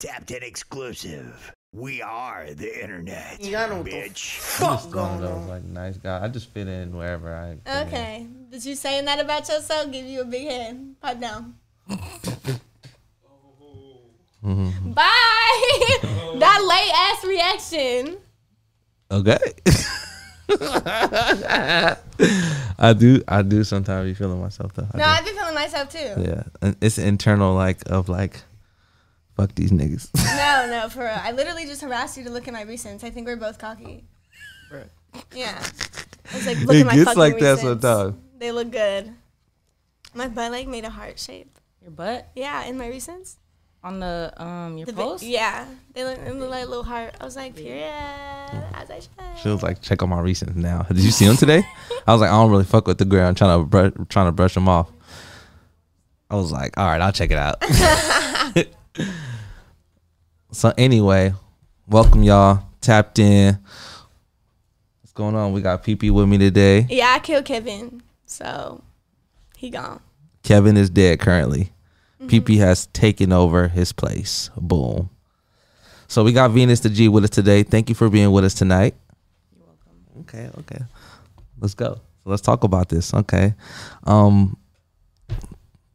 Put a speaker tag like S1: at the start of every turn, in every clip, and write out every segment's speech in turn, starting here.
S1: Tapped in exclusive. We are the internet.
S2: Yeah, I don't know what the
S1: bitch.
S2: fuck
S3: just one of
S2: going
S3: those
S2: on.
S3: like nice guy. I just fit in wherever I. fit in.
S4: Okay. Did you saying that about yourself? Give you a big hand. Pipe down.
S3: Mm-hmm.
S4: Bye. that late ass reaction.
S3: Okay. I do. I do sometimes be feeling myself though. I
S4: No, I've been feeling myself too.
S3: do. yeah, And it's internal like of like, fuck these niggas.
S4: No, no, for real. I literally just harassed you to look at my recents. I think we're both cocky.
S2: Right.
S4: Yeah. It's like look
S3: it
S4: at my
S3: gets
S4: fucking
S3: like that
S4: recents.
S3: sometimes.
S4: They look good. My butt like made a heart shape.
S5: Your butt
S4: Yeah, in my recents.
S5: on the um your
S4: The bi-
S5: post.
S4: yeah, they look, they look like a little heart. I was like, period. As I
S3: Mm. She
S4: should.
S3: was like, check on my recent now. Did you see him today? I was like, I don't really fuck with the girl. I'm trying to brush, trying to brush him off. I was like, all right, I'll check it out. so anyway, welcome y'all. Tapped in. What's going on? We got PP with me today.
S4: Yeah, I killed Kevin, so he gone.
S3: Kevin is dead currently. PP has taken over his place. Boom. So we got Venus the G with us today. Thank you for being with us tonight. You're welcome. Okay, okay. Let's go. So let's talk about this. Okay. Um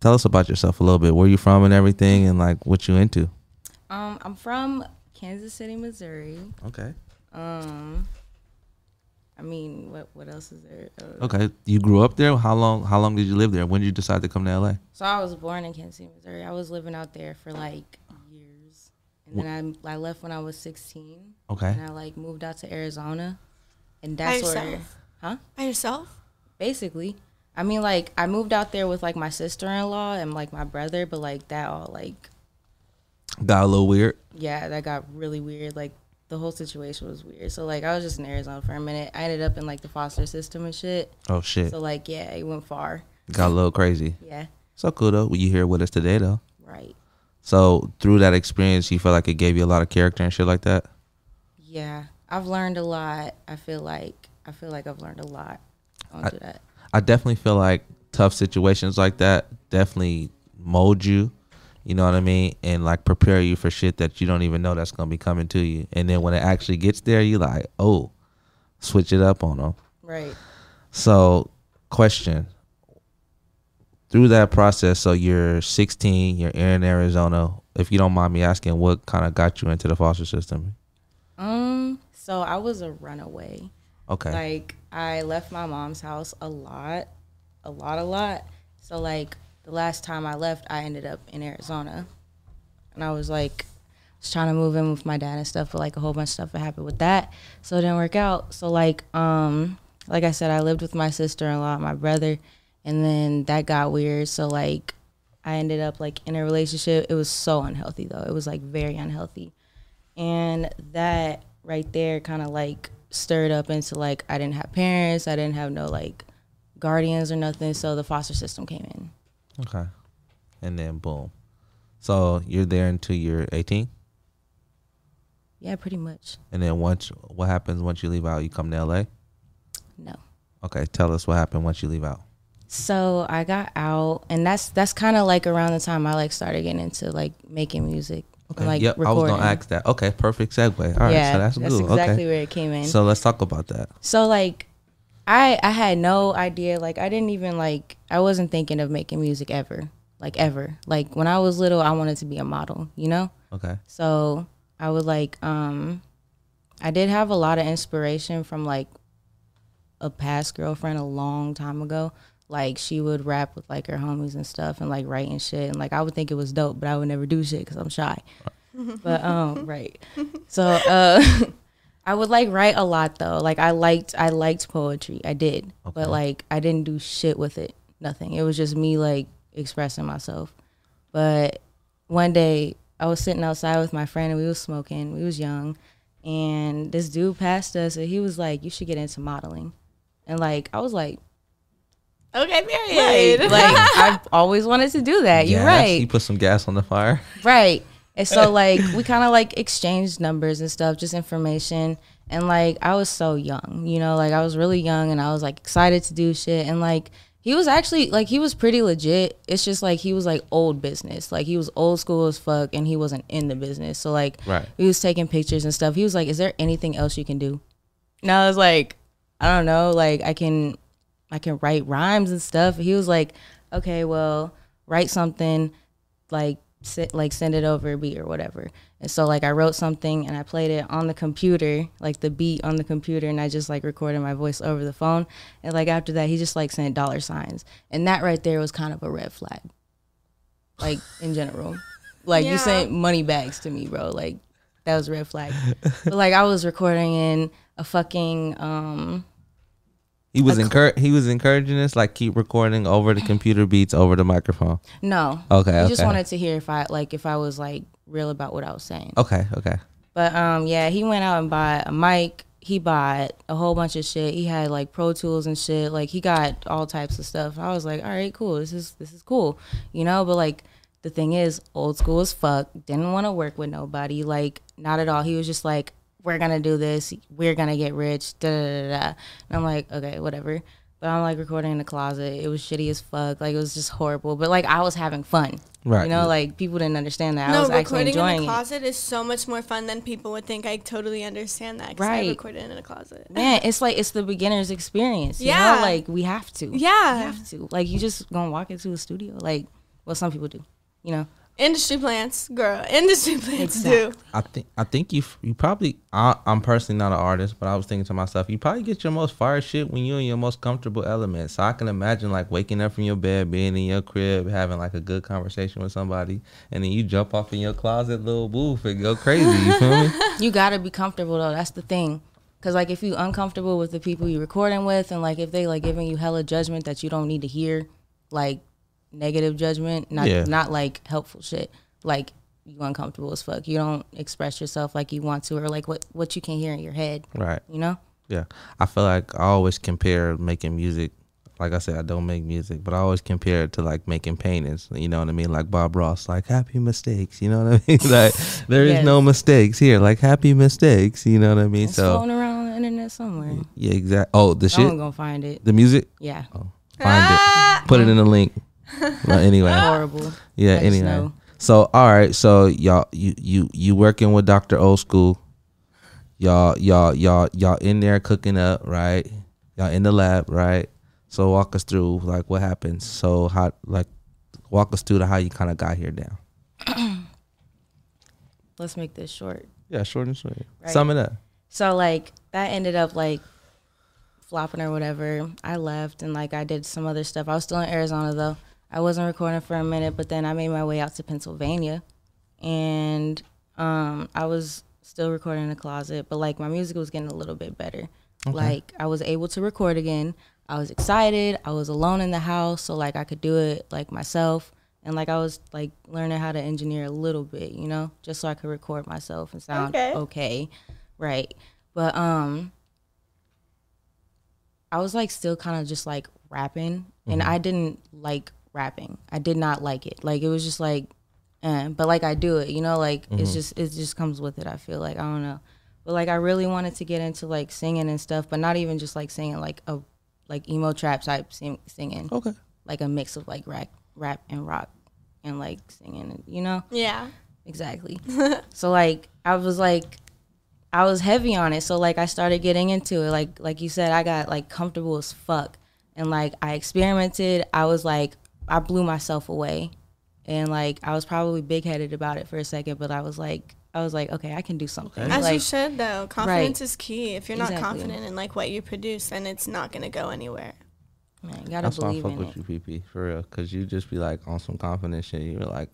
S3: tell us about yourself a little bit. Where you from and everything and like what you into.
S5: Um, I'm from Kansas City, Missouri.
S3: Okay.
S5: Um, I mean, what what else is there? Uh,
S3: Okay. You grew up there? How long how long did you live there? When did you decide to come to LA?
S5: So I was born in Kansas City, Missouri. I was living out there for like years, and then I I left when I was 16,
S3: Okay.
S5: and I like moved out to Arizona, and that's
S4: By
S5: where,
S4: yourself?
S5: huh?
S4: By yourself?
S5: Basically, I mean like I moved out there with like my sister-in-law and like my brother, but like that all like
S3: Got a little weird.
S5: yeah, that got really weird. Like the whole situation was weird. So like I was just in Arizona for a minute. I ended up in like the foster system and shit.
S3: Oh shit.
S5: So like yeah, it went far.
S3: Got a little crazy.
S5: Yeah,
S3: So cool though. You here with us today though.
S5: right.
S3: So through that experience, you felt like it gave you a lot of character and shit like that.
S5: Yeah, I've learned a lot. I feel like I feel like I've learned a lot. Don't do that.
S3: I definitely feel like tough situations like that definitely mold you. You know what I mean? And like prepare you for shit that you don't even know that's gonna be coming to you. And then when it actually gets there, you like, oh, switch it up on them.
S5: Right.
S3: So, question. Through that process, so you're 16, you're in Arizona. If you don't mind me asking, what kind of got you into the foster system?
S5: Um. So I was a runaway.
S3: Okay.
S5: Like I left my mom's house a lot, a lot, a lot. So like the last time I left, I ended up in Arizona, and I was like, was trying to move in with my dad and stuff, but like a whole bunch of stuff that happened with that, so it didn't work out. So like, um, like I said, I lived with my sister in law, and my brother, and then that got weird. So like, I ended up like in a relationship. It was so unhealthy though. It was like very unhealthy and that right there kind of like stirred up into like I didn't have parents, I didn't have no like guardians or nothing, so the foster system came in.
S3: Okay. And then boom. So you're there until you're 18,
S5: Yeah, pretty much.
S3: and then once what happens once you leave out? You come to LA.
S5: No.
S3: Okay, tell us what happened once you leave out.
S5: So I got out, and that's that's kind of like around the time I like started getting into like making music, and,
S3: Okay.
S5: like
S3: yep, I
S5: recording.
S3: was gonna ask that. Okay, perfect segue. All right,
S5: yeah,
S3: so that's,
S5: that's,
S3: good.
S5: exactly
S3: okay.
S5: where it came in.
S3: So let's talk about that.
S5: So like I I had no idea like I didn't even like I wasn't thinking of making music ever. Like ever. Like when I was little I wanted to be a model, you know?
S3: Okay.
S5: So I would like um I did have a lot of inspiration from like a past girlfriend a long time ago. Like she would rap with like her homies and stuff and like write and shit and like I would think it was dope, but I would never do shit cuz I'm shy. but um right. So uh I would like write a lot though. Like I liked I liked poetry. I did. But like I didn't do shit with it. Nothing. It was just me like expressing myself. But one day I was sitting outside with my friend and we was smoking. We was young, and this dude passed us and he was like, "You should get into modeling," and like I was like,
S4: Okay,
S5: "Hey,
S4: period.
S5: "Like I've always wanted to do that. You're
S3: Gas,
S5: right,
S3: You put some gas on the fire.
S5: right." And so like we kind of like exchanged numbers and stuff, just information. And like I was so young, you know, like I was really young and I was like excited to do shit. And like He was actually like he was pretty legit. It's just like he was like old business. Like he was old school as fuck and he wasn't in the business. So like
S3: Right.
S5: we was taking pictures and stuff. He was like, Is there anything else you can do? And I was like, I don't know, like I can I can write rhymes and stuff. He was like, Okay, well, write something, like sit, like send it over a beat or whatever. And so like I wrote something and I played it on the computer, like the beat on the computer, and I just like recorded my voice over the phone. And like after that, he just like sent dollar signs, and that right there was kind of a red flag, like in general. Like
S4: Yeah.
S5: you sent money bags to me, bro. Like that was a red flag. but like I was recording in a fucking um
S3: He was encour- he was encouraging us like keep recording over the computer beats over the microphone.
S5: no.
S3: Oh, Okay,
S5: He just
S3: okay.
S5: wanted to hear if I like if I was like real about what I was saying.
S3: Okay, okay.
S5: But um, yeah, he went out and bought a mic. He bought a whole bunch of shit. He had like Pro Tools and shit. Like he got all types of stuff. I was like, all right, cool. This is this is cool, you know. But like the thing is, old school as fuck. Didn't want to work with nobody. Like not at all. He was just like, we're gonna do this. We're gonna get rich. Da da da da. da. And I'm like, okay, whatever. But I'm like recording in the closet. It was shitty as fuck. Like it was just horrible. But like I was having fun.
S3: Right.
S5: You know, like people didn't understand that. I
S4: no,
S5: was actually
S4: recording in
S5: enjoying
S4: a
S5: it.
S4: closet is so much more fun than people would think. I totally understand that. 'cause
S5: Right.
S4: I recorded in a closet.
S5: man, it's like it's the beginner's experience. You
S4: Yeah.
S5: know? like we have to. we
S4: Yeah.
S5: have to. Like you just gonna walk into a studio, like well, some people do. You know,
S4: Industry plants, girl. Industry plants do.
S3: I think I think you you probably I, I'm personally not an artist, but I was thinking to myself, you probably get your most fire shit when you're in your most comfortable element. So I can imagine like waking up from your bed, being in your crib, having like a good conversation with somebody, and then you jump off in your closet little booth and go crazy. You feel me?
S5: you gotta be comfortable though. That's the thing. Cause like if you uncomfortable with the people you recording with, and like if they like giving you hella judgment that you don't need to hear, like negative judgment, not
S3: Yeah.
S5: not like helpful shit, like you uncomfortable as fuck. You don't express yourself like you want to, or like what what you can hear in your head.
S3: Right.
S5: You know.
S3: Yeah. I feel like I always compare making music. Like I said, I don't make music, but I always compare it to like making paintings. You know what I mean? Like Bob Ross, like happy mistakes. You know what I mean? like there is no
S5: Yes.
S3: mistakes here. Like happy mistakes. You know what I mean?
S5: It's
S3: so
S5: floating around on the internet somewhere.
S3: yeah, exactly. Oh, the shit,
S5: Someone gonna find it.
S3: the music.
S5: Yeah.
S3: Oh, find it. Put it in the link. Well, anyway,
S5: Horrible.
S3: yeah.
S5: Let us
S3: Anyway.
S5: know.
S3: So all right. So y'all, you you you working with Doctor Old School. Y'all y'all y'all y'all in there cooking up, right? Y'all in the lab, right? So walk us through like what happens. So how like walk us through to how you kind of got here down.
S5: Let's make this short.
S3: Yeah, short and sweet.
S5: Right.
S3: Sum it up.
S5: So like that ended up like flopping or whatever. I left and like I did some other stuff. I was still in Arizona though. I wasn't recording for a minute, but then I made my way out to Pennsylvania and um I was still recording in the closet, but like my music was getting a little bit better. Like I was able to record again. I was excited. I was alone in the house, so like I could do it like myself. And like I was like learning how to engineer a little bit, you know, just so I could record myself and sound
S4: Okay.
S5: okay. Right. But um I was like still kind of just like rapping and I didn't like rapping. I did not like it. Like it was just like eh, but like I do it, you know, like it's just it just comes with it, I feel like. I don't know. But like I really wanted to get into like singing and stuff, but not even just like singing like a like emo trap type sing- singing.
S3: Okay.
S5: Like a mix of like rap, rap and rock and like singing, you know?
S4: Yeah.
S5: Exactly. so like I was like I was heavy on it. So like I started getting into it. Like like you said, I got like comfortable as fuck. And like I experimented. I was like I blew myself away. And like I was probably big headed about it for a second, but I was like I was like, okay, I can do something.
S4: As you
S5: Like,
S4: should though. Confidence is key. If you're not
S5: Exactly.
S4: confident in like what you produce, then it's not gonna go anywhere.
S5: man, you gotta
S3: That's why I
S5: believe
S3: fuck
S5: in
S3: with
S5: it.
S3: you, PP, for real. Cause you just be like on some confident shit. You were like,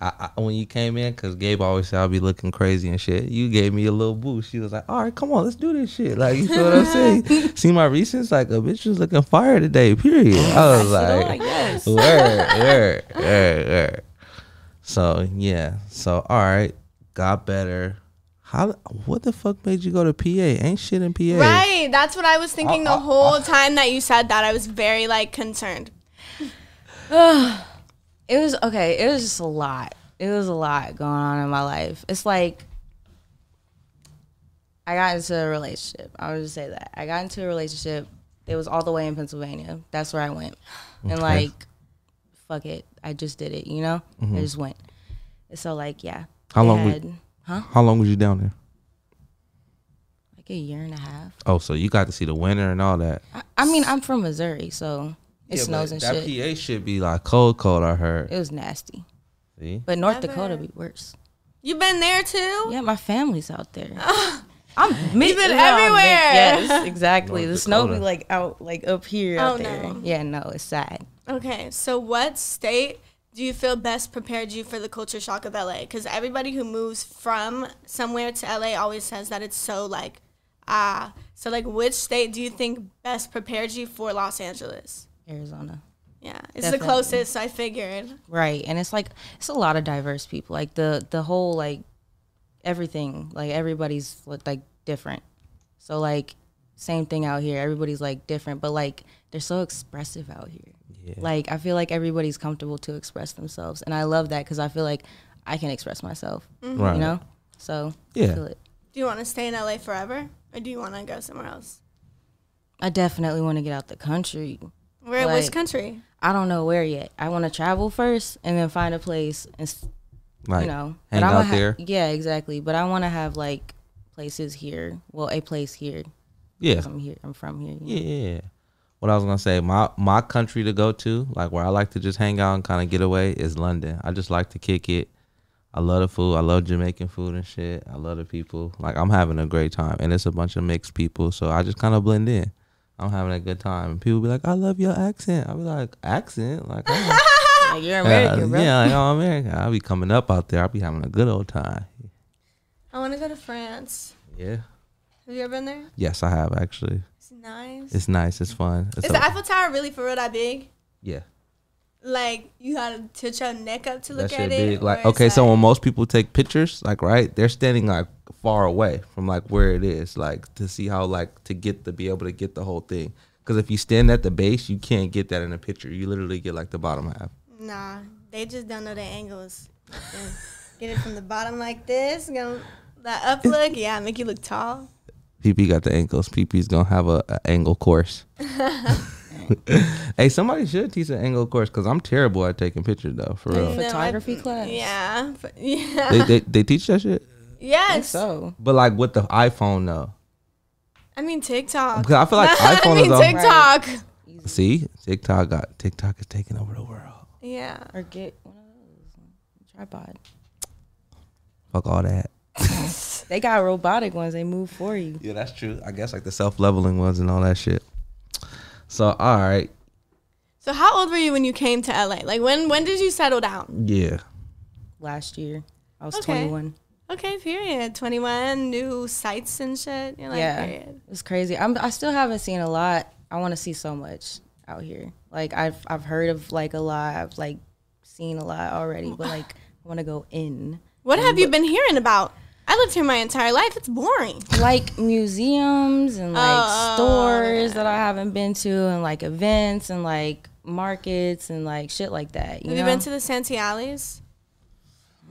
S3: I, I when you came in, cause Gabe always said I'll be looking crazy and shit. You gave me a little boost. She was like, all right, come on, let's do this shit. Like, you feel what I'm saying? See my recents? Like, a bitch was looking fire today, period.
S5: Oh,
S3: I was like,
S5: yes.
S3: word, word, word, word. So, yeah. So, all right, got better. How, what the fuck made you go to PA? Ain't shit in PA.
S4: Right. That's what I was thinking
S3: Uh, uh,
S4: the whole time that you said that. I was very like concerned.
S5: it was okay. It was just a lot. It was a lot going on in my life. It's like I got into a relationship. I would just say that I got into a relationship It was all the way in Pennsylvania. That's where I went. And
S3: Okay.
S5: like, fuck it. I just did it, you know? I just went. So like, yeah.
S3: Mm-hmm. How
S5: They
S3: long we-
S5: had, huh?
S3: How long was you down there?
S5: Like a year and a half.
S3: Oh, so you got to see the winter and all that.
S5: I, I mean, I'm from Missouri, so it
S3: Yeah,
S5: snows
S3: but
S5: and
S3: that
S5: shit.
S3: PA should be like cold, cold. I heard.
S5: it was nasty.
S3: See,
S5: But North
S4: Never.
S5: Dakota be worse.
S4: You've been there too?
S5: Yeah, my family's out there. I'm mid-
S4: been
S5: yeah, I'm
S4: everywhere.
S5: yes, exactly.
S3: North
S5: the snow be
S3: Dakota.
S5: like out, like up here, out
S4: Oh,
S5: there.
S4: no.
S5: Yeah, no, it's sad.
S4: Okay, so what state do you feel best prepared you for the culture shock of LA? Because everybody who moves from somewhere to LA always says that it's so like, ah. So, like, which state do you think best prepared you for Los Angeles?
S5: Arizona,
S4: Yeah, it's the
S5: Definitely.
S4: closest, so I figured.
S5: right? And it's like it's a lot of diverse people. Like the the whole like everything, like everybody's like different. So like same thing out here. Everybody's like different, but like they're so expressive out here. Like I feel like everybody's comfortable to express themselves, and I love that because I feel like I can express myself.
S3: right?
S5: Mm, You know, so I
S3: Yeah.
S5: feel it.
S4: Do you want to stay in LA forever or do you want to go somewhere else?
S5: I definitely want to get out the country.
S4: Where, which
S5: Like-
S4: country?
S5: I don't know where yet. I want to travel first and then find a place and s-
S3: Like,
S5: you know
S3: hang
S5: I'ma
S3: out
S5: ha-
S3: there.
S5: Yeah, exactly. But I want to have like places here. Well, a place here.
S3: Yeah,
S5: 'cause I'm here. I'm from here. you know.
S3: yeah. What I was gonna say, my my country to go to, like where I like to just hang out and kind of get away, is London. I just like to kick it. I love the food. I love Jamaican food and shit. I love the people. Like I'm having a great time, and it's a bunch of mixed people, so I just kind of blend in. I'm having a good time, and people be like, "I love your accent." I be like, "Accent? Like, I'm a-
S5: Like, you're
S3: yeah,
S5: American, bro.
S3: Uh, yeah, like I'm American. I'll be coming up out there. I'll be having a good old time."
S4: I want to go to France.
S3: Yeah.
S4: Have you ever been there?
S3: Yes, I have actually.
S4: It's nice.
S3: It's nice. It's fun. It's
S4: Is
S3: a-
S4: the Eiffel Tower really for real that big?
S3: yeah.
S4: Like you gotta tilt your neck up to look
S3: That shit
S4: at it.
S3: big.
S4: or
S3: Like
S4: it's
S3: okay, so when most people take pictures, like right, they're standing like far away from like where it is, like to see how like to get to be able to get the whole thing. Because if you stand at the base, you can't get that in a picture. You literally get like the bottom half.
S4: nah, they just don't know the angles. Yeah. Get it from the bottom like this. Go that up look. Yeah, make you look tall.
S3: PP got the ankles. PP's gonna have a, a angle course. hey, somebody should teach an angle course because I'm terrible at taking pictures though, for real.
S4: No, I-
S5: Photography class.
S4: Yeah, f- yeah,
S3: they, they they teach that shit,
S5: I think
S4: yes.
S5: So
S3: but like with the iPhone though.
S4: I mean TikTok.
S3: Because I feel like
S4: I
S3: iPhone is
S4: mean
S3: all.
S4: TikTok.
S3: See, TikTok got TikTok is taking over the world.
S4: Yeah.
S5: or get one of those tripod.
S3: Fuck all that.
S5: They got robotic ones. They move for you.
S3: Yeah, that's true. I guess like the self leveling ones and all that shit. So all right,
S4: So how old were you when you came to LA? Like when when did you settle down?
S3: yeah,
S5: Last year, I was
S4: Okay.
S5: 21.
S4: Okay, period. Twenty one, new sights and shit. You're like,
S5: yeah,
S4: period.
S5: it's crazy. I'm, I still haven't seen a lot. I want to see so much out here. Like I've I've heard of like a lot. I've like seen a lot already, but like I want to go in.
S4: What have you been hearing about? I lived here my entire life. It's boring.
S5: Like museums and like
S4: Oh,
S5: stores that I haven't been to, and like events and like markets and like shit like that. You
S4: Have
S5: know?
S4: you been to the Santee Alleys?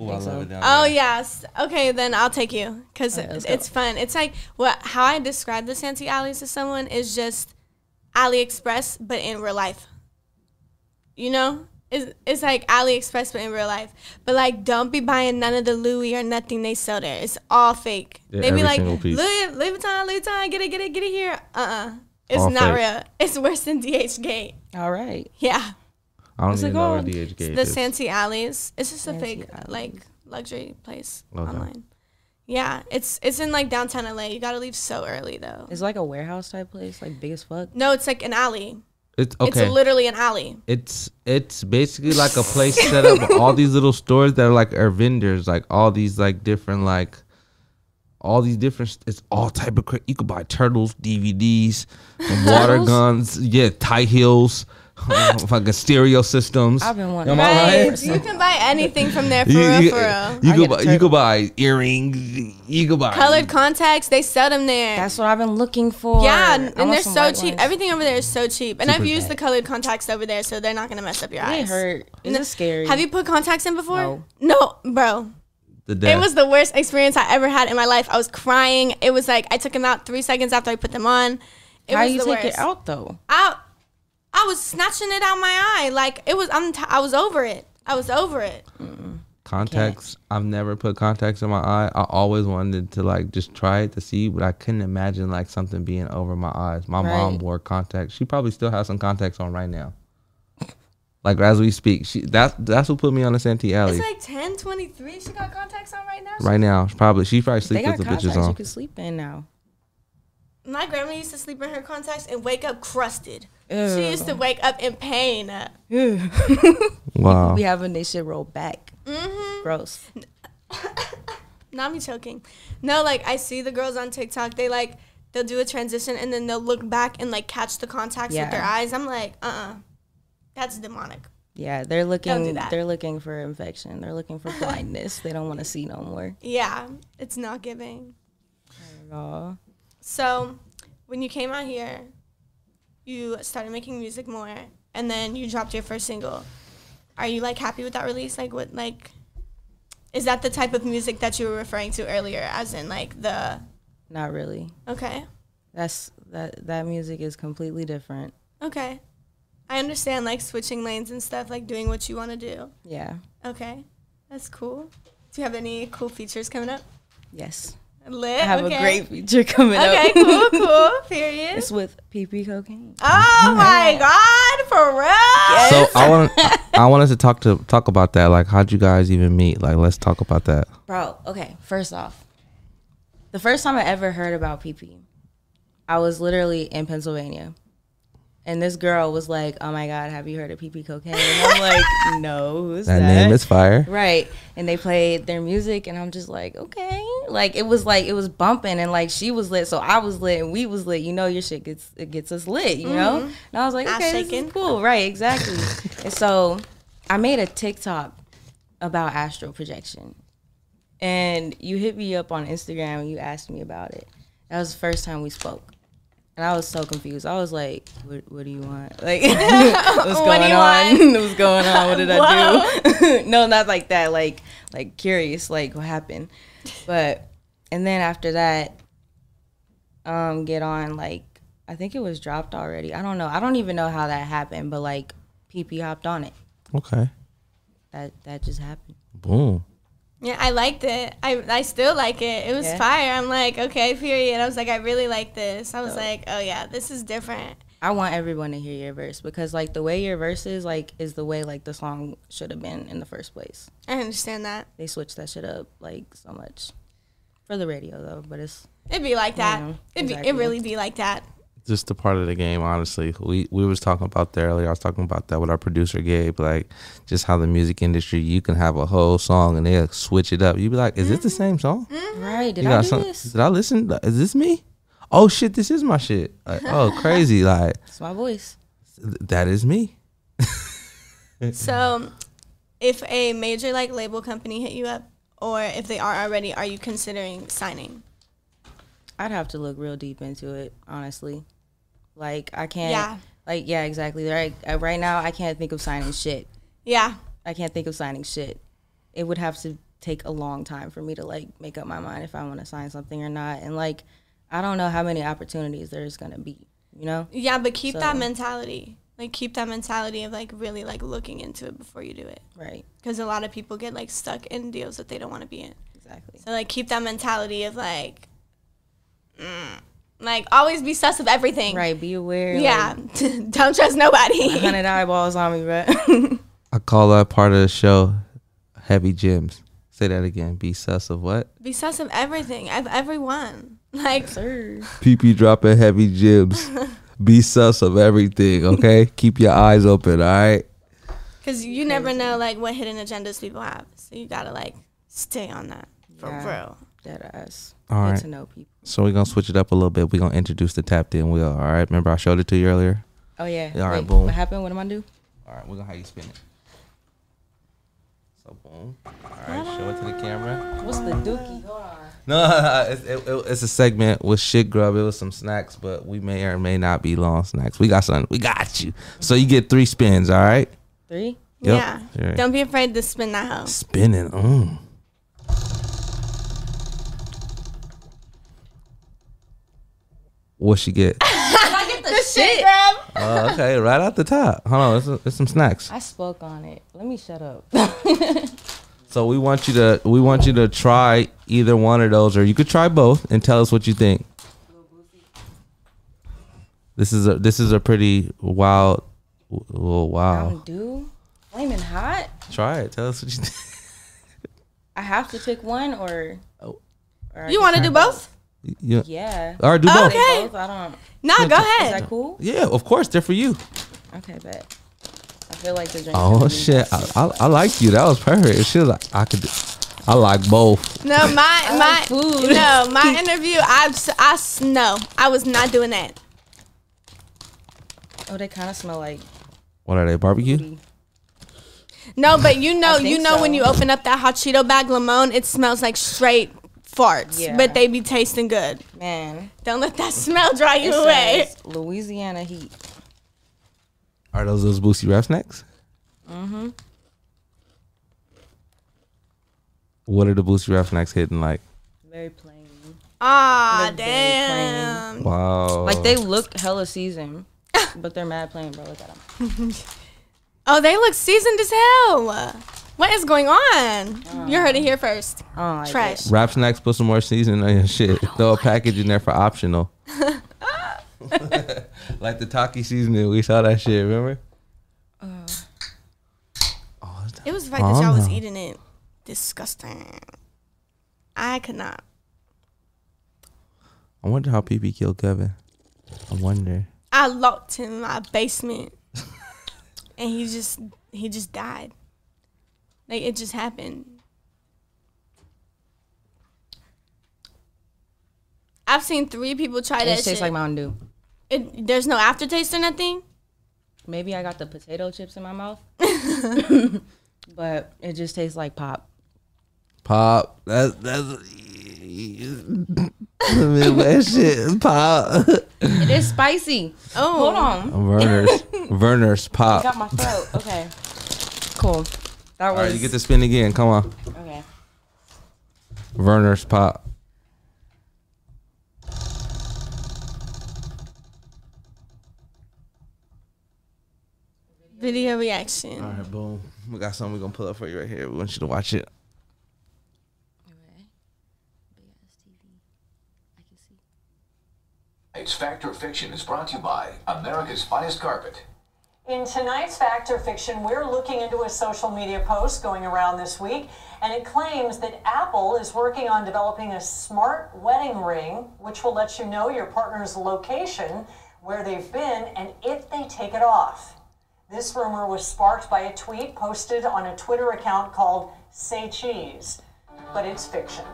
S3: Ooh, I love it down
S4: Oh yes. Okay, then I'll take you because it's fun. It's like what how I describe the Santee Alleys to someone is just AliExpress, but in real life. You know, it's it's like AliExpress, but in real life. But like, don't be buying none of the Louis or nothing they sell there. It's all fake.
S3: Yeah,
S4: they be
S3: every
S4: like,
S3: single
S4: Louis,
S3: piece.
S4: Louis Vuitton, Louis Vuitton, get it, get it, get it here. Uh, uh it's
S3: All
S4: not
S3: fake.
S4: real. It's worse than DH Gate.
S5: All right.
S4: Yeah,
S3: I don't
S5: It's
S3: even
S5: like,
S3: know where
S5: oh,
S3: DH Gate
S4: the
S3: is.
S4: Santee Alleys. It's just a
S5: Santee
S4: fake
S5: Alleys.
S4: like luxury place
S3: Okay.
S4: online. Yeah, it's it's in like downtown LA. You gotta leave so early though.
S5: It's like a warehouse type place, like big as fuck.
S4: No, it's like an alley.
S3: it's okay.
S4: It's literally an alley.
S3: it's it's basically like a place set up with all these little stores that are like are vendors, like all these like different like all these different. It's all type of cra- you could buy turtles, DVDs, water
S5: Turtles?
S3: guns, yeah, tie heels, fucking stereo systems.
S5: I've been wanting-
S3: Am I
S4: Right.
S3: lying?
S4: You can buy anything from there for
S3: you,
S4: real,
S3: you,
S4: for real.
S3: you
S5: I
S3: could
S5: get a
S3: buy, you could buy earrings. You could buy
S4: Colored contacts, they sell them there.
S5: That's what I've been looking for.
S4: yeah, and,
S5: I
S4: and
S5: want
S4: they're
S5: some
S4: so
S5: white
S4: cheap.
S5: ones.
S4: Everything over there is so cheap. And I've
S3: Super
S4: used the
S3: bad.
S4: colored contacts over there, so they're not gonna mess up your
S5: They
S4: eyes.
S5: hurt. Is it scary?
S4: Have you put contacts in before? No, bro.
S3: the death.
S4: It was the worst experience I ever had in my life. I was crying. It was like I took them out three seconds after I put them on. It
S5: How
S4: was
S5: you
S4: the
S5: take it
S4: worst.
S5: out though?
S4: I I was snatching it out my eye. Like it was I'm t- I was over it. I was over it.
S3: Contacts. I've never put contacts in my eye. I always wanted to like just try it to see, but I couldn't imagine like something being over my eyes. My mom
S5: Right.
S3: wore contacts. She probably still has some contacts on right now. Like as we speak, she that's that's what put me on the Santee Alley
S4: It's like 10:23. She got contacts on right now.
S3: right now. She probably she probably
S5: They
S3: sleeps
S5: got
S3: with the bitches
S5: contacts you
S3: on.
S5: can sleep in now.
S4: My grandma used to sleep in her contacts and wake up crusted. She used to wake up in pain.
S3: Wow. Oh.
S5: We having this shit roll back.
S4: Mm-hmm.
S5: Gross.
S4: Not me choking. No, like I see the girls on TikTok. They like they'll do a transition and then they'll look back and like catch the contacts
S5: Yeah.
S4: with their eyes. I'm like, uh, uh that's demonic.
S5: Yeah, they're looking.
S4: do that.
S5: They're looking for infection. They're looking for blindness. they don't want to see no more
S4: Yeah, it's not giving.
S5: at all.
S4: So, when you came out here, you started making music more, and then you dropped your first single. Are you like happy with that release? Like, what like? Is that the type of music that you were referring to earlier, as in like the
S5: Not really.
S4: okay,
S5: That's that. That music is completely different.
S4: okay? I understand like switching lanes and stuff, like doing what you want to do.
S5: Yeah.
S4: Okay, that's cool. Do you have any cool features coming up?
S5: Yes.
S4: Lit.
S5: I have
S4: okay.
S5: a great feature coming
S4: Okay,
S5: up.
S4: cool, cool. Period.
S5: it's with PP cocaine.
S4: Oh my God, for real?
S3: So I want I, I want us to talk to talk about that. Like how'd you guys even meet? Like let's talk about that.
S5: Bro, okay, first off, the first time I ever heard about PP, I was literally in Pennsylvania. And this girl was like, Oh my God, have you heard of PP cocaine? And I'm like, No, who's
S3: That
S5: that?
S3: name is fire.
S5: Right. And they played their music and I'm just like, okay. Like it was like it was bumping and like she was lit, so I was lit and we was lit. You know your shit gets it gets us lit, you know? And I was like,
S4: Ass
S5: okay, this
S4: shaking.
S5: is cool. Right, exactly. and so I made a TikTok about astral projection. And you hit me up on Instagram and you asked me about it. That was the first time we spoke. And I was so confused. I was like, what, what do you want? Like, what's
S4: What do
S5: going
S4: you
S5: on? what's going on? What did I do? no, not like that. Like, like curious, like what happened? But, and then after that, um, get on, like, I think it was dropped already. I don't know. I don't even know how that happened, but like, PP hopped on it.
S3: Okay.
S5: That, that just happened.
S3: Boom.
S4: Yeah, I liked it. I, I still like it. It was
S5: Yeah.
S4: fire. I'm like, okay, period. I was like, I really like this. I was like, oh yeah, this is different.
S5: I want everyone to hear your verse because like the way your verse is like is the way like the song should have been in the first place.
S4: I understand that.
S5: They switched that shit up like so much for the radio though, but it's
S4: It'd be like that.
S5: Yeah,
S4: It'd be,
S5: exactly.
S4: it really be like that.
S3: just the part of the game honestly we we was talking about that earlier i was talking about that with our producer gabe like just how the music industry you can have a whole song and they'll switch it up you be like is this the same song
S5: right. Did Mm-hmm. I
S3: you got
S5: do
S3: some-
S5: this?
S3: did i listen is this me oh shit this is my shit Like, oh crazy like
S5: It's my voice.
S3: th- that is me
S4: So, if a major like label company hit you up, or if they are already, are you considering signing?
S5: I'd have to look real deep into it, honestly. Like I can't.
S4: Yeah.
S5: Like yeah, exactly. Right. uh, Right now, I can't think of signing shit.
S4: Yeah,
S5: I can't think of signing shit. It would have to take a long time for me to like make up my mind if I want to sign something or not. And like, I don't know how many opportunities there's gonna be. You know?
S4: yeah, but keep that
S5: So-
S4: mentality. Like keep that mentality of like really like looking into it before you do it,
S5: Right.
S4: because a lot of people get like stuck in deals that they don't want to be in.
S5: Exactly.
S4: So like keep that mentality of like, mm, like always be sus of everything.
S5: Right. Be aware.
S4: Yeah. Don't trust nobody.
S5: Hundred eyeballs on me, bro.
S3: i call that part of the show heavy gems say that again be sus of what
S4: be sus of everything. Of everyone. Like
S5: Sir.
S3: pp dropping heavy gems be sus of everything okay keep your eyes open all right
S4: because you never know like what hidden agendas people have. So you gotta like stay on that for
S5: Yeah.
S4: real.
S5: Dead ass.
S3: All
S5: Get
S3: right.
S5: to know people.
S3: So we're gonna switch it up a little bit. We're gonna introduce the tapped in wheel. All right. Remember I showed it to you earlier?
S5: Oh yeah.
S3: Yeah, all right,
S5: Wait,
S3: boom.
S5: What happened? What am I do?
S3: All right, we're gonna have you spin it. So boom. All right, show it to the camera.
S5: What's the dookie? Hold on.
S3: No, it's, it, it- it's a segment with shit grub. It was some snacks, but we may or may not be long snacks. We got something. We got you. So you get three spins. All right.
S5: Three.
S3: Yep.
S4: Yeah.
S3: You're right.
S4: Don't be afraid to spin that hoe.
S3: Spinning. Mm. What she get?
S4: shit, Graham.
S3: Oh, okay, right out the top. Hold on, it's, it's some snacks.
S5: I spoke on it. Let me shut up.
S3: So we want you to we want you to try either one of those, or you could try both and tell us what you think. This is a this is a pretty wild. Oh wow!
S5: Mountain Dew, flaming hot.
S3: Try it. Tell us what you think.
S5: I have to pick one or.
S3: Oh.
S5: or I
S4: You
S5: can
S4: want to
S5: try
S4: do
S5: both?
S4: both?
S3: You-
S5: Yeah.
S3: All right, do
S4: Oh,
S3: both.
S4: okay.
S5: Both, I don't.
S4: Nah, go
S5: Is
S4: ahead.
S5: that cool?
S3: Yeah, of course they're for you.
S5: Okay, bet. I feel like the drink.
S3: Oh shit! I, I, I like you. That was perfect. She was like, I could. do- I like both.
S4: No, my my
S5: like food.
S4: no, my interview. I s- I s- no, I was not doing that.
S5: Oh, they kind of smell like.
S3: What are they? Barbecue?
S5: booty.
S4: No, but you know,
S5: I think
S4: you know when
S5: so.
S4: you open up that hot Cheeto bag, Limon, it smells like straight farts,
S5: Yeah.
S4: but they be tasting good.
S5: Man,
S4: Don't let that smell dry you
S5: it
S4: away.
S5: says Louisiana heat.
S3: Are those those Boosie wrap snacks? Mm-hmm. What are the Boosie wrap snacks hitting like?
S5: Very plain.
S4: Ah,
S5: Look very
S4: damn.
S3: Wow.
S5: Like they look hella seasoned, but they're mad plain, bro. Look at them.
S4: Oh, they look seasoned as hell. What is going on? you heard it here first.
S5: I don't like
S4: Trash.
S5: it.
S3: Wrap snacks, put some more seasoning on your shit. Throw a package in there for optional. like the Taki seasoning, we saw that shit. Remember? Oh, it's
S4: It was the fact that y'all was
S3: Wow.
S4: eating it. Disgusting. I could not.
S3: I wonder how PP killed Kevin. I wonder.
S4: I locked him in my basement, and he just he just died. Like it just happened. I've seen three people try
S5: It
S4: that
S5: tastes
S4: shit.
S5: like Mountain Dew.
S4: it, there's no aftertaste or nothing.
S5: Maybe I got the potato chips in my mouth, but it just tastes like pop.
S3: Pop. That's that's Midwest shit. Pop.
S5: It is spicy.
S4: Oh,
S5: Hold on.
S3: Verner's Verner's
S5: Got
S3: pop.
S5: my throat. Okay. Cool. That was
S3: All right, you get to spin again. Come on,
S5: okay.
S3: Verner's pop.
S4: video reaction.
S3: All right, boom. We got something we're gonna pull up for you right here. We want you to watch it.
S2: Tonight's Fact or Fiction is brought to you by America's Finest Carpet.
S6: In tonight's Fact or Fiction, we're looking into a social media post going around this week, and it claims that Apple is working on developing a smart wedding ring, which will let you know your partner's location, where they've been, and if they take it off. This rumor was sparked by a tweet posted on a Twitter account called Say Cheese, but it's fiction.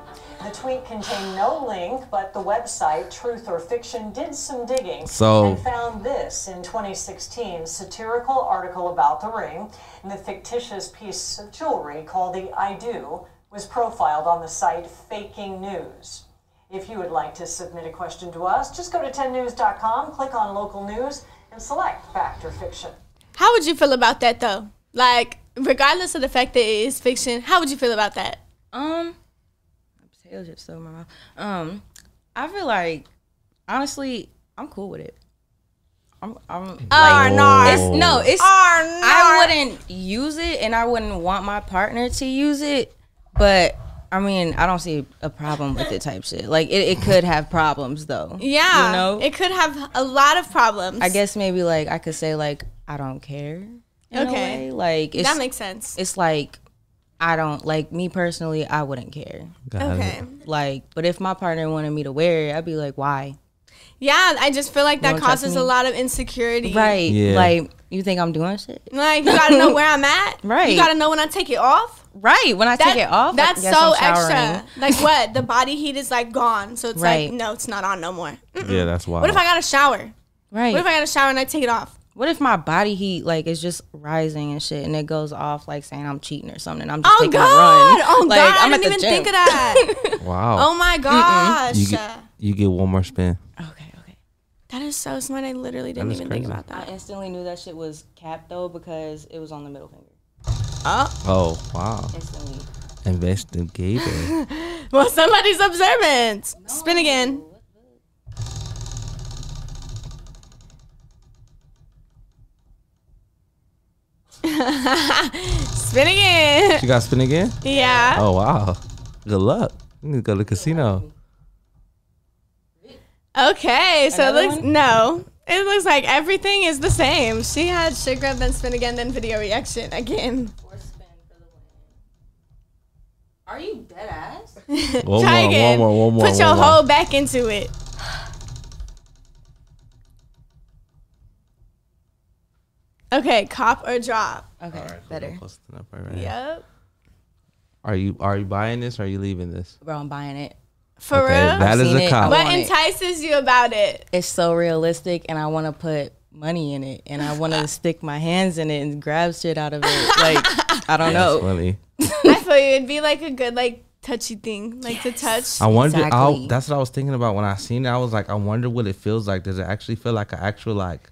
S6: The tweet contained no link, but the website Truth or Fiction did some digging
S3: So-
S6: and found this in 2016 satirical article about the ring and the fictitious piece of jewelry called the I Do was profiled on the site Faking News. If you would like to submit a question to us, just go to 10news.com, click on local news, and select fact or fiction.
S4: How would you feel about that though? Like, regardless of the fact that it is fiction, how would you feel about that?
S5: Um, potato chips still in my mouth. Um, I feel like honestly, I'm cool with it. I'm, I'm
S4: Arr, nar.
S5: it's, no, it's
S4: Arr, nar.
S5: I wouldn't use it, and I wouldn't want my partner to use it. But I mean, I don't see a problem with it. Type shit. Like it, it could have problems though.
S4: Yeah,
S5: you know.
S4: it could have a lot of problems.
S5: I guess maybe like I could say like I don't care. In
S4: Okay.
S5: okay. A way. Like it's
S4: that makes sense.
S5: it's like I don't like me personally. I wouldn't care.
S3: Got it.
S4: Okay.
S5: Like, but if my partner wanted me to wear it, I'd be like, why?
S4: Yeah, I just feel like that
S5: Wanna talk to
S4: causes
S5: me?
S4: a lot of insecurity.
S5: Right.
S3: Yeah.
S5: Like, you think I'm doing shit?
S4: Like you gotta know where I'm at.
S5: Right.
S4: You gotta know when I take it off.
S5: Right. When I
S4: That-
S5: take it off, like,
S4: That's
S5: yes,
S4: so
S5: I'm showering.
S4: extra. Like what? The body heat is like gone. So it's like
S5: Right. Oh.
S4: no, it's not on no more. Mm.
S3: Yeah, that's wild.
S4: What if I got a shower?
S5: Right.
S4: What if I got a shower and I take it off?
S5: my body heat like is just rising and shit, and it goes off like saying I'm cheating or something? I'm just
S4: Oh
S5: taking
S4: god!
S5: a run.
S4: Oh
S5: like,
S4: god!
S5: I'm
S4: I
S5: at
S4: didn't
S5: the
S4: even
S5: gym.
S4: think of that.
S3: Wow.
S4: oh my gosh!
S3: you get you get one more spin.
S5: Okay. Okay.
S4: that is so smart. I literally didn't
S3: is
S4: even think
S3: crazy.
S4: about
S5: I
S4: that.
S5: instantly knew that shit was cap though because it was on the middle finger.
S4: Oh,
S3: Oh wow.
S5: Instantly.
S3: Investigator.
S4: well, somebody's observant. Spin again. Spin again.
S3: She got spin again?
S4: Yeah.
S3: Oh wow. Good luck. You need to go to the casino.
S4: Okay, so it
S5: Another
S4: looks
S5: one?
S4: no. It looks like everything is the same. She had sugar, then spin again, then video reaction again.
S5: Are you dead ass?
S3: One
S4: Try again.
S3: one more, one more,
S4: Put your
S3: one more.
S4: whole back into it. Okay, cop or drop.
S5: Okay,
S3: We're
S5: better.
S3: close enough, right, right.
S4: Yep.
S3: Are you are you buying this or are you leaving this?
S5: Bro, I'm buying it.
S4: For real.
S3: that is
S5: seen
S3: a
S5: it.
S3: cop.
S5: But-
S4: what
S5: want it.
S4: entices you about it?
S5: It's so realistic, and I want to put money in it, and I want to stick my hands in it and grab shit out of it. Like I don't
S3: That's
S4: Oh.
S5: know.
S3: funny.
S4: I feel you. It'd be like a good like touchy thing, like to touch.
S3: I wonder. I'll,
S5: Exactly.
S3: that's what I was thinking about when I seen it. I was like, I wonder what it feels like. Does it actually feel like an actual like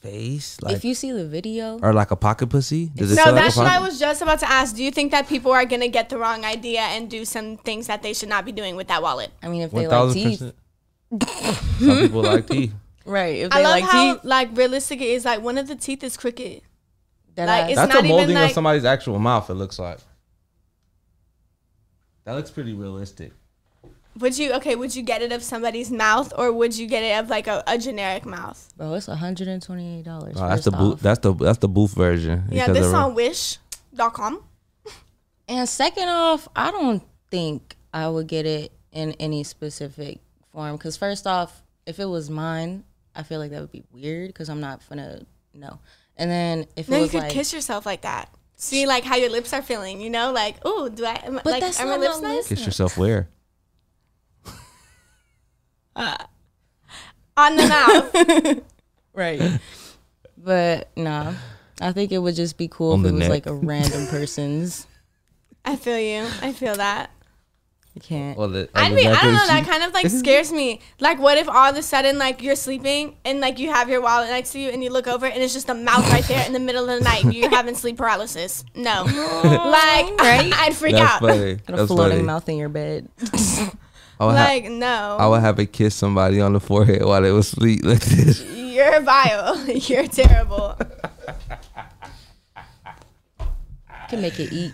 S3: face, like
S5: If you see the video,
S3: or like a pocket pussy? Does it
S4: No,
S3: feel like a
S4: that's what I
S3: pocket-
S4: was just about to ask. Do you think that people are gonna get the wrong idea and do some things that they should not be doing with that wallet?
S5: I mean, if they
S3: One
S5: like
S3: thousand
S5: teeth,
S3: percent. Some people like teeth.
S5: right? If
S4: I
S5: they
S4: love
S5: like
S4: how
S5: teeth,
S4: like realistic it is. Like one of the teeth is crooked.
S5: then
S4: like,
S5: I-
S4: it's-
S3: That's a
S4: not even
S3: molding of
S4: like-
S3: somebody's actual mouth. It looks like. That looks pretty realistic.
S4: Would you okay? Would you get it of somebody's mouth or would you get it of like a, a generic mouth?
S5: bro, it's 128 dollars.
S3: Oh, that's the booth. That's the that's the booth version.
S4: Yeah,
S3: because
S4: this
S3: of-
S4: on Wish.com.
S5: And second off, I don't think I would get it in any specific form. Because first off, if it was mine, I feel like that would be weird because I'm not finna know. And then if
S4: No,
S5: it
S4: you
S5: was
S4: could
S5: like,
S4: kiss yourself like that. See like how your lips are feeling. You know, like oh, do I? Am,
S5: but
S4: like,
S5: that's
S4: are
S5: not
S4: my lips
S5: how
S4: nice?
S3: Kiss yourself where?
S4: On the mouth.
S5: right? but nah, I think it would just be cool
S3: On
S5: if it
S3: the
S5: was
S3: neck.
S5: like a random person's.
S4: I feel you. I feel that.
S5: You can't.
S3: Well, the,
S4: I
S3: the
S4: mean, I
S3: back of
S4: don't
S3: the
S4: know. That
S3: cheek?
S4: kind of like scares me. Like, what if all of a sudden, like, you're sleeping and like you have your wallet next to you and you look over and it's just a mouth right there in the middle of the night. You're having sleep paralysis. No, like, I'd freak
S3: That's
S4: out.
S3: funny.
S5: Got a
S3: That's
S5: floating
S3: funny.
S5: mouth in your bed.
S3: I would, ha-
S4: Like,
S3: I
S4: no,
S3: would have it kiss somebody on the forehead while they was asleep like this.
S4: you're vile. you're terrible.
S5: Can make it eat.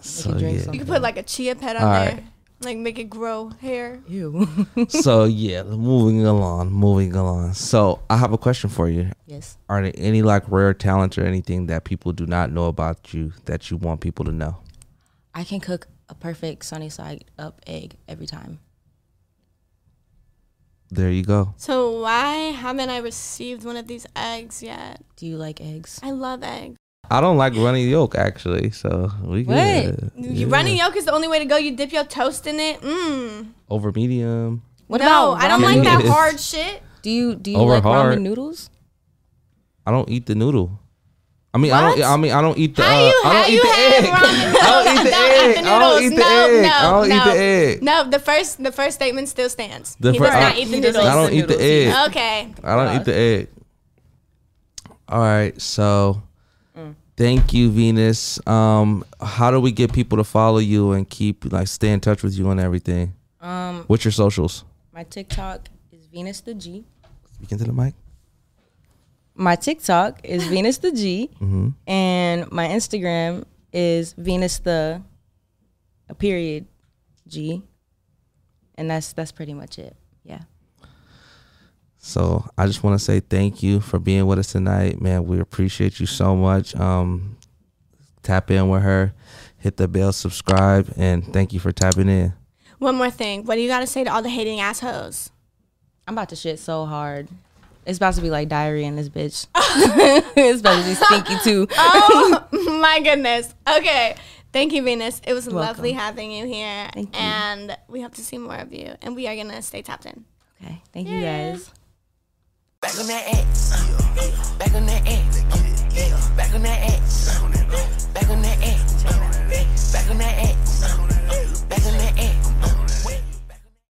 S3: So
S5: drink
S3: yeah.
S4: You
S5: something.
S4: could put like a chia pet on
S3: All
S4: there,
S3: right.
S4: like make it grow hair.
S5: Ew.
S3: so yeah, moving along, moving along. So I have a question for you.
S5: yes.
S3: Are there any like rare talents or anything that people do not know about you that you want people to know?
S5: I can cook a perfect sunny side up egg every time.
S3: There you go.
S4: So why haven't I received one of these eggs yet?
S5: Do you like eggs?
S4: I love eggs.
S3: I don't like running yolk actually, so we
S5: What?
S3: good.
S4: You Running yolk is the only way to go. You dip your toast in it. Mmm.
S3: over medium.
S5: What
S4: no, I don't
S5: ramen
S4: like that
S3: noodles?
S4: hard shit.
S5: Do you do you
S3: Over
S5: like
S3: hard.
S5: ramen noodles?
S3: I don't eat the noodle. I mean, I don't. I mean, I don't eat the.
S4: How
S3: uh,
S4: you
S3: I
S4: how
S3: don't eat
S4: you
S3: the
S4: have
S3: egg.
S4: ramen?
S3: I don't eat the egg. I don't eat the egg. I don't eat the egg.
S4: No, the first the first statement still stands.
S3: The
S4: he
S3: fir- uh,
S4: does
S3: I-
S4: not eat the
S5: he does
S4: noodles.
S3: I don't eat the
S5: noodles.
S3: egg.
S4: Okay.
S3: I don't eat the egg. All right, so thank you, Venus. Um, how do we get people to follow you and keep like stay in touch with you and everything? Um, what's your socials?
S5: My TikTok is Venus the G.
S3: Speak into the mic.
S5: My TikTok is Venus the G, and my Instagram is Venus the a period G, and that's that's pretty much it. Yeah.
S3: So I just want to say thank you for being with us tonight, man. We appreciate you so much. Um, tap in with her, hit the bell, subscribe, and thank you for tapping in.
S4: One more thing. What do you gotta say to all the hating assholes?
S5: I'm about to shit so hard. It's about to be like diarrhea in this bitch. it's about to be stinky too.
S4: My goodness. Okay. Thank you, Venus. It was lovely having you here.
S5: Thank you.
S4: And we hope to see more of you. And we are gonna stay tapped in.
S5: Okay. Thank you guys.
S7: Back on that ass. Back on that ass.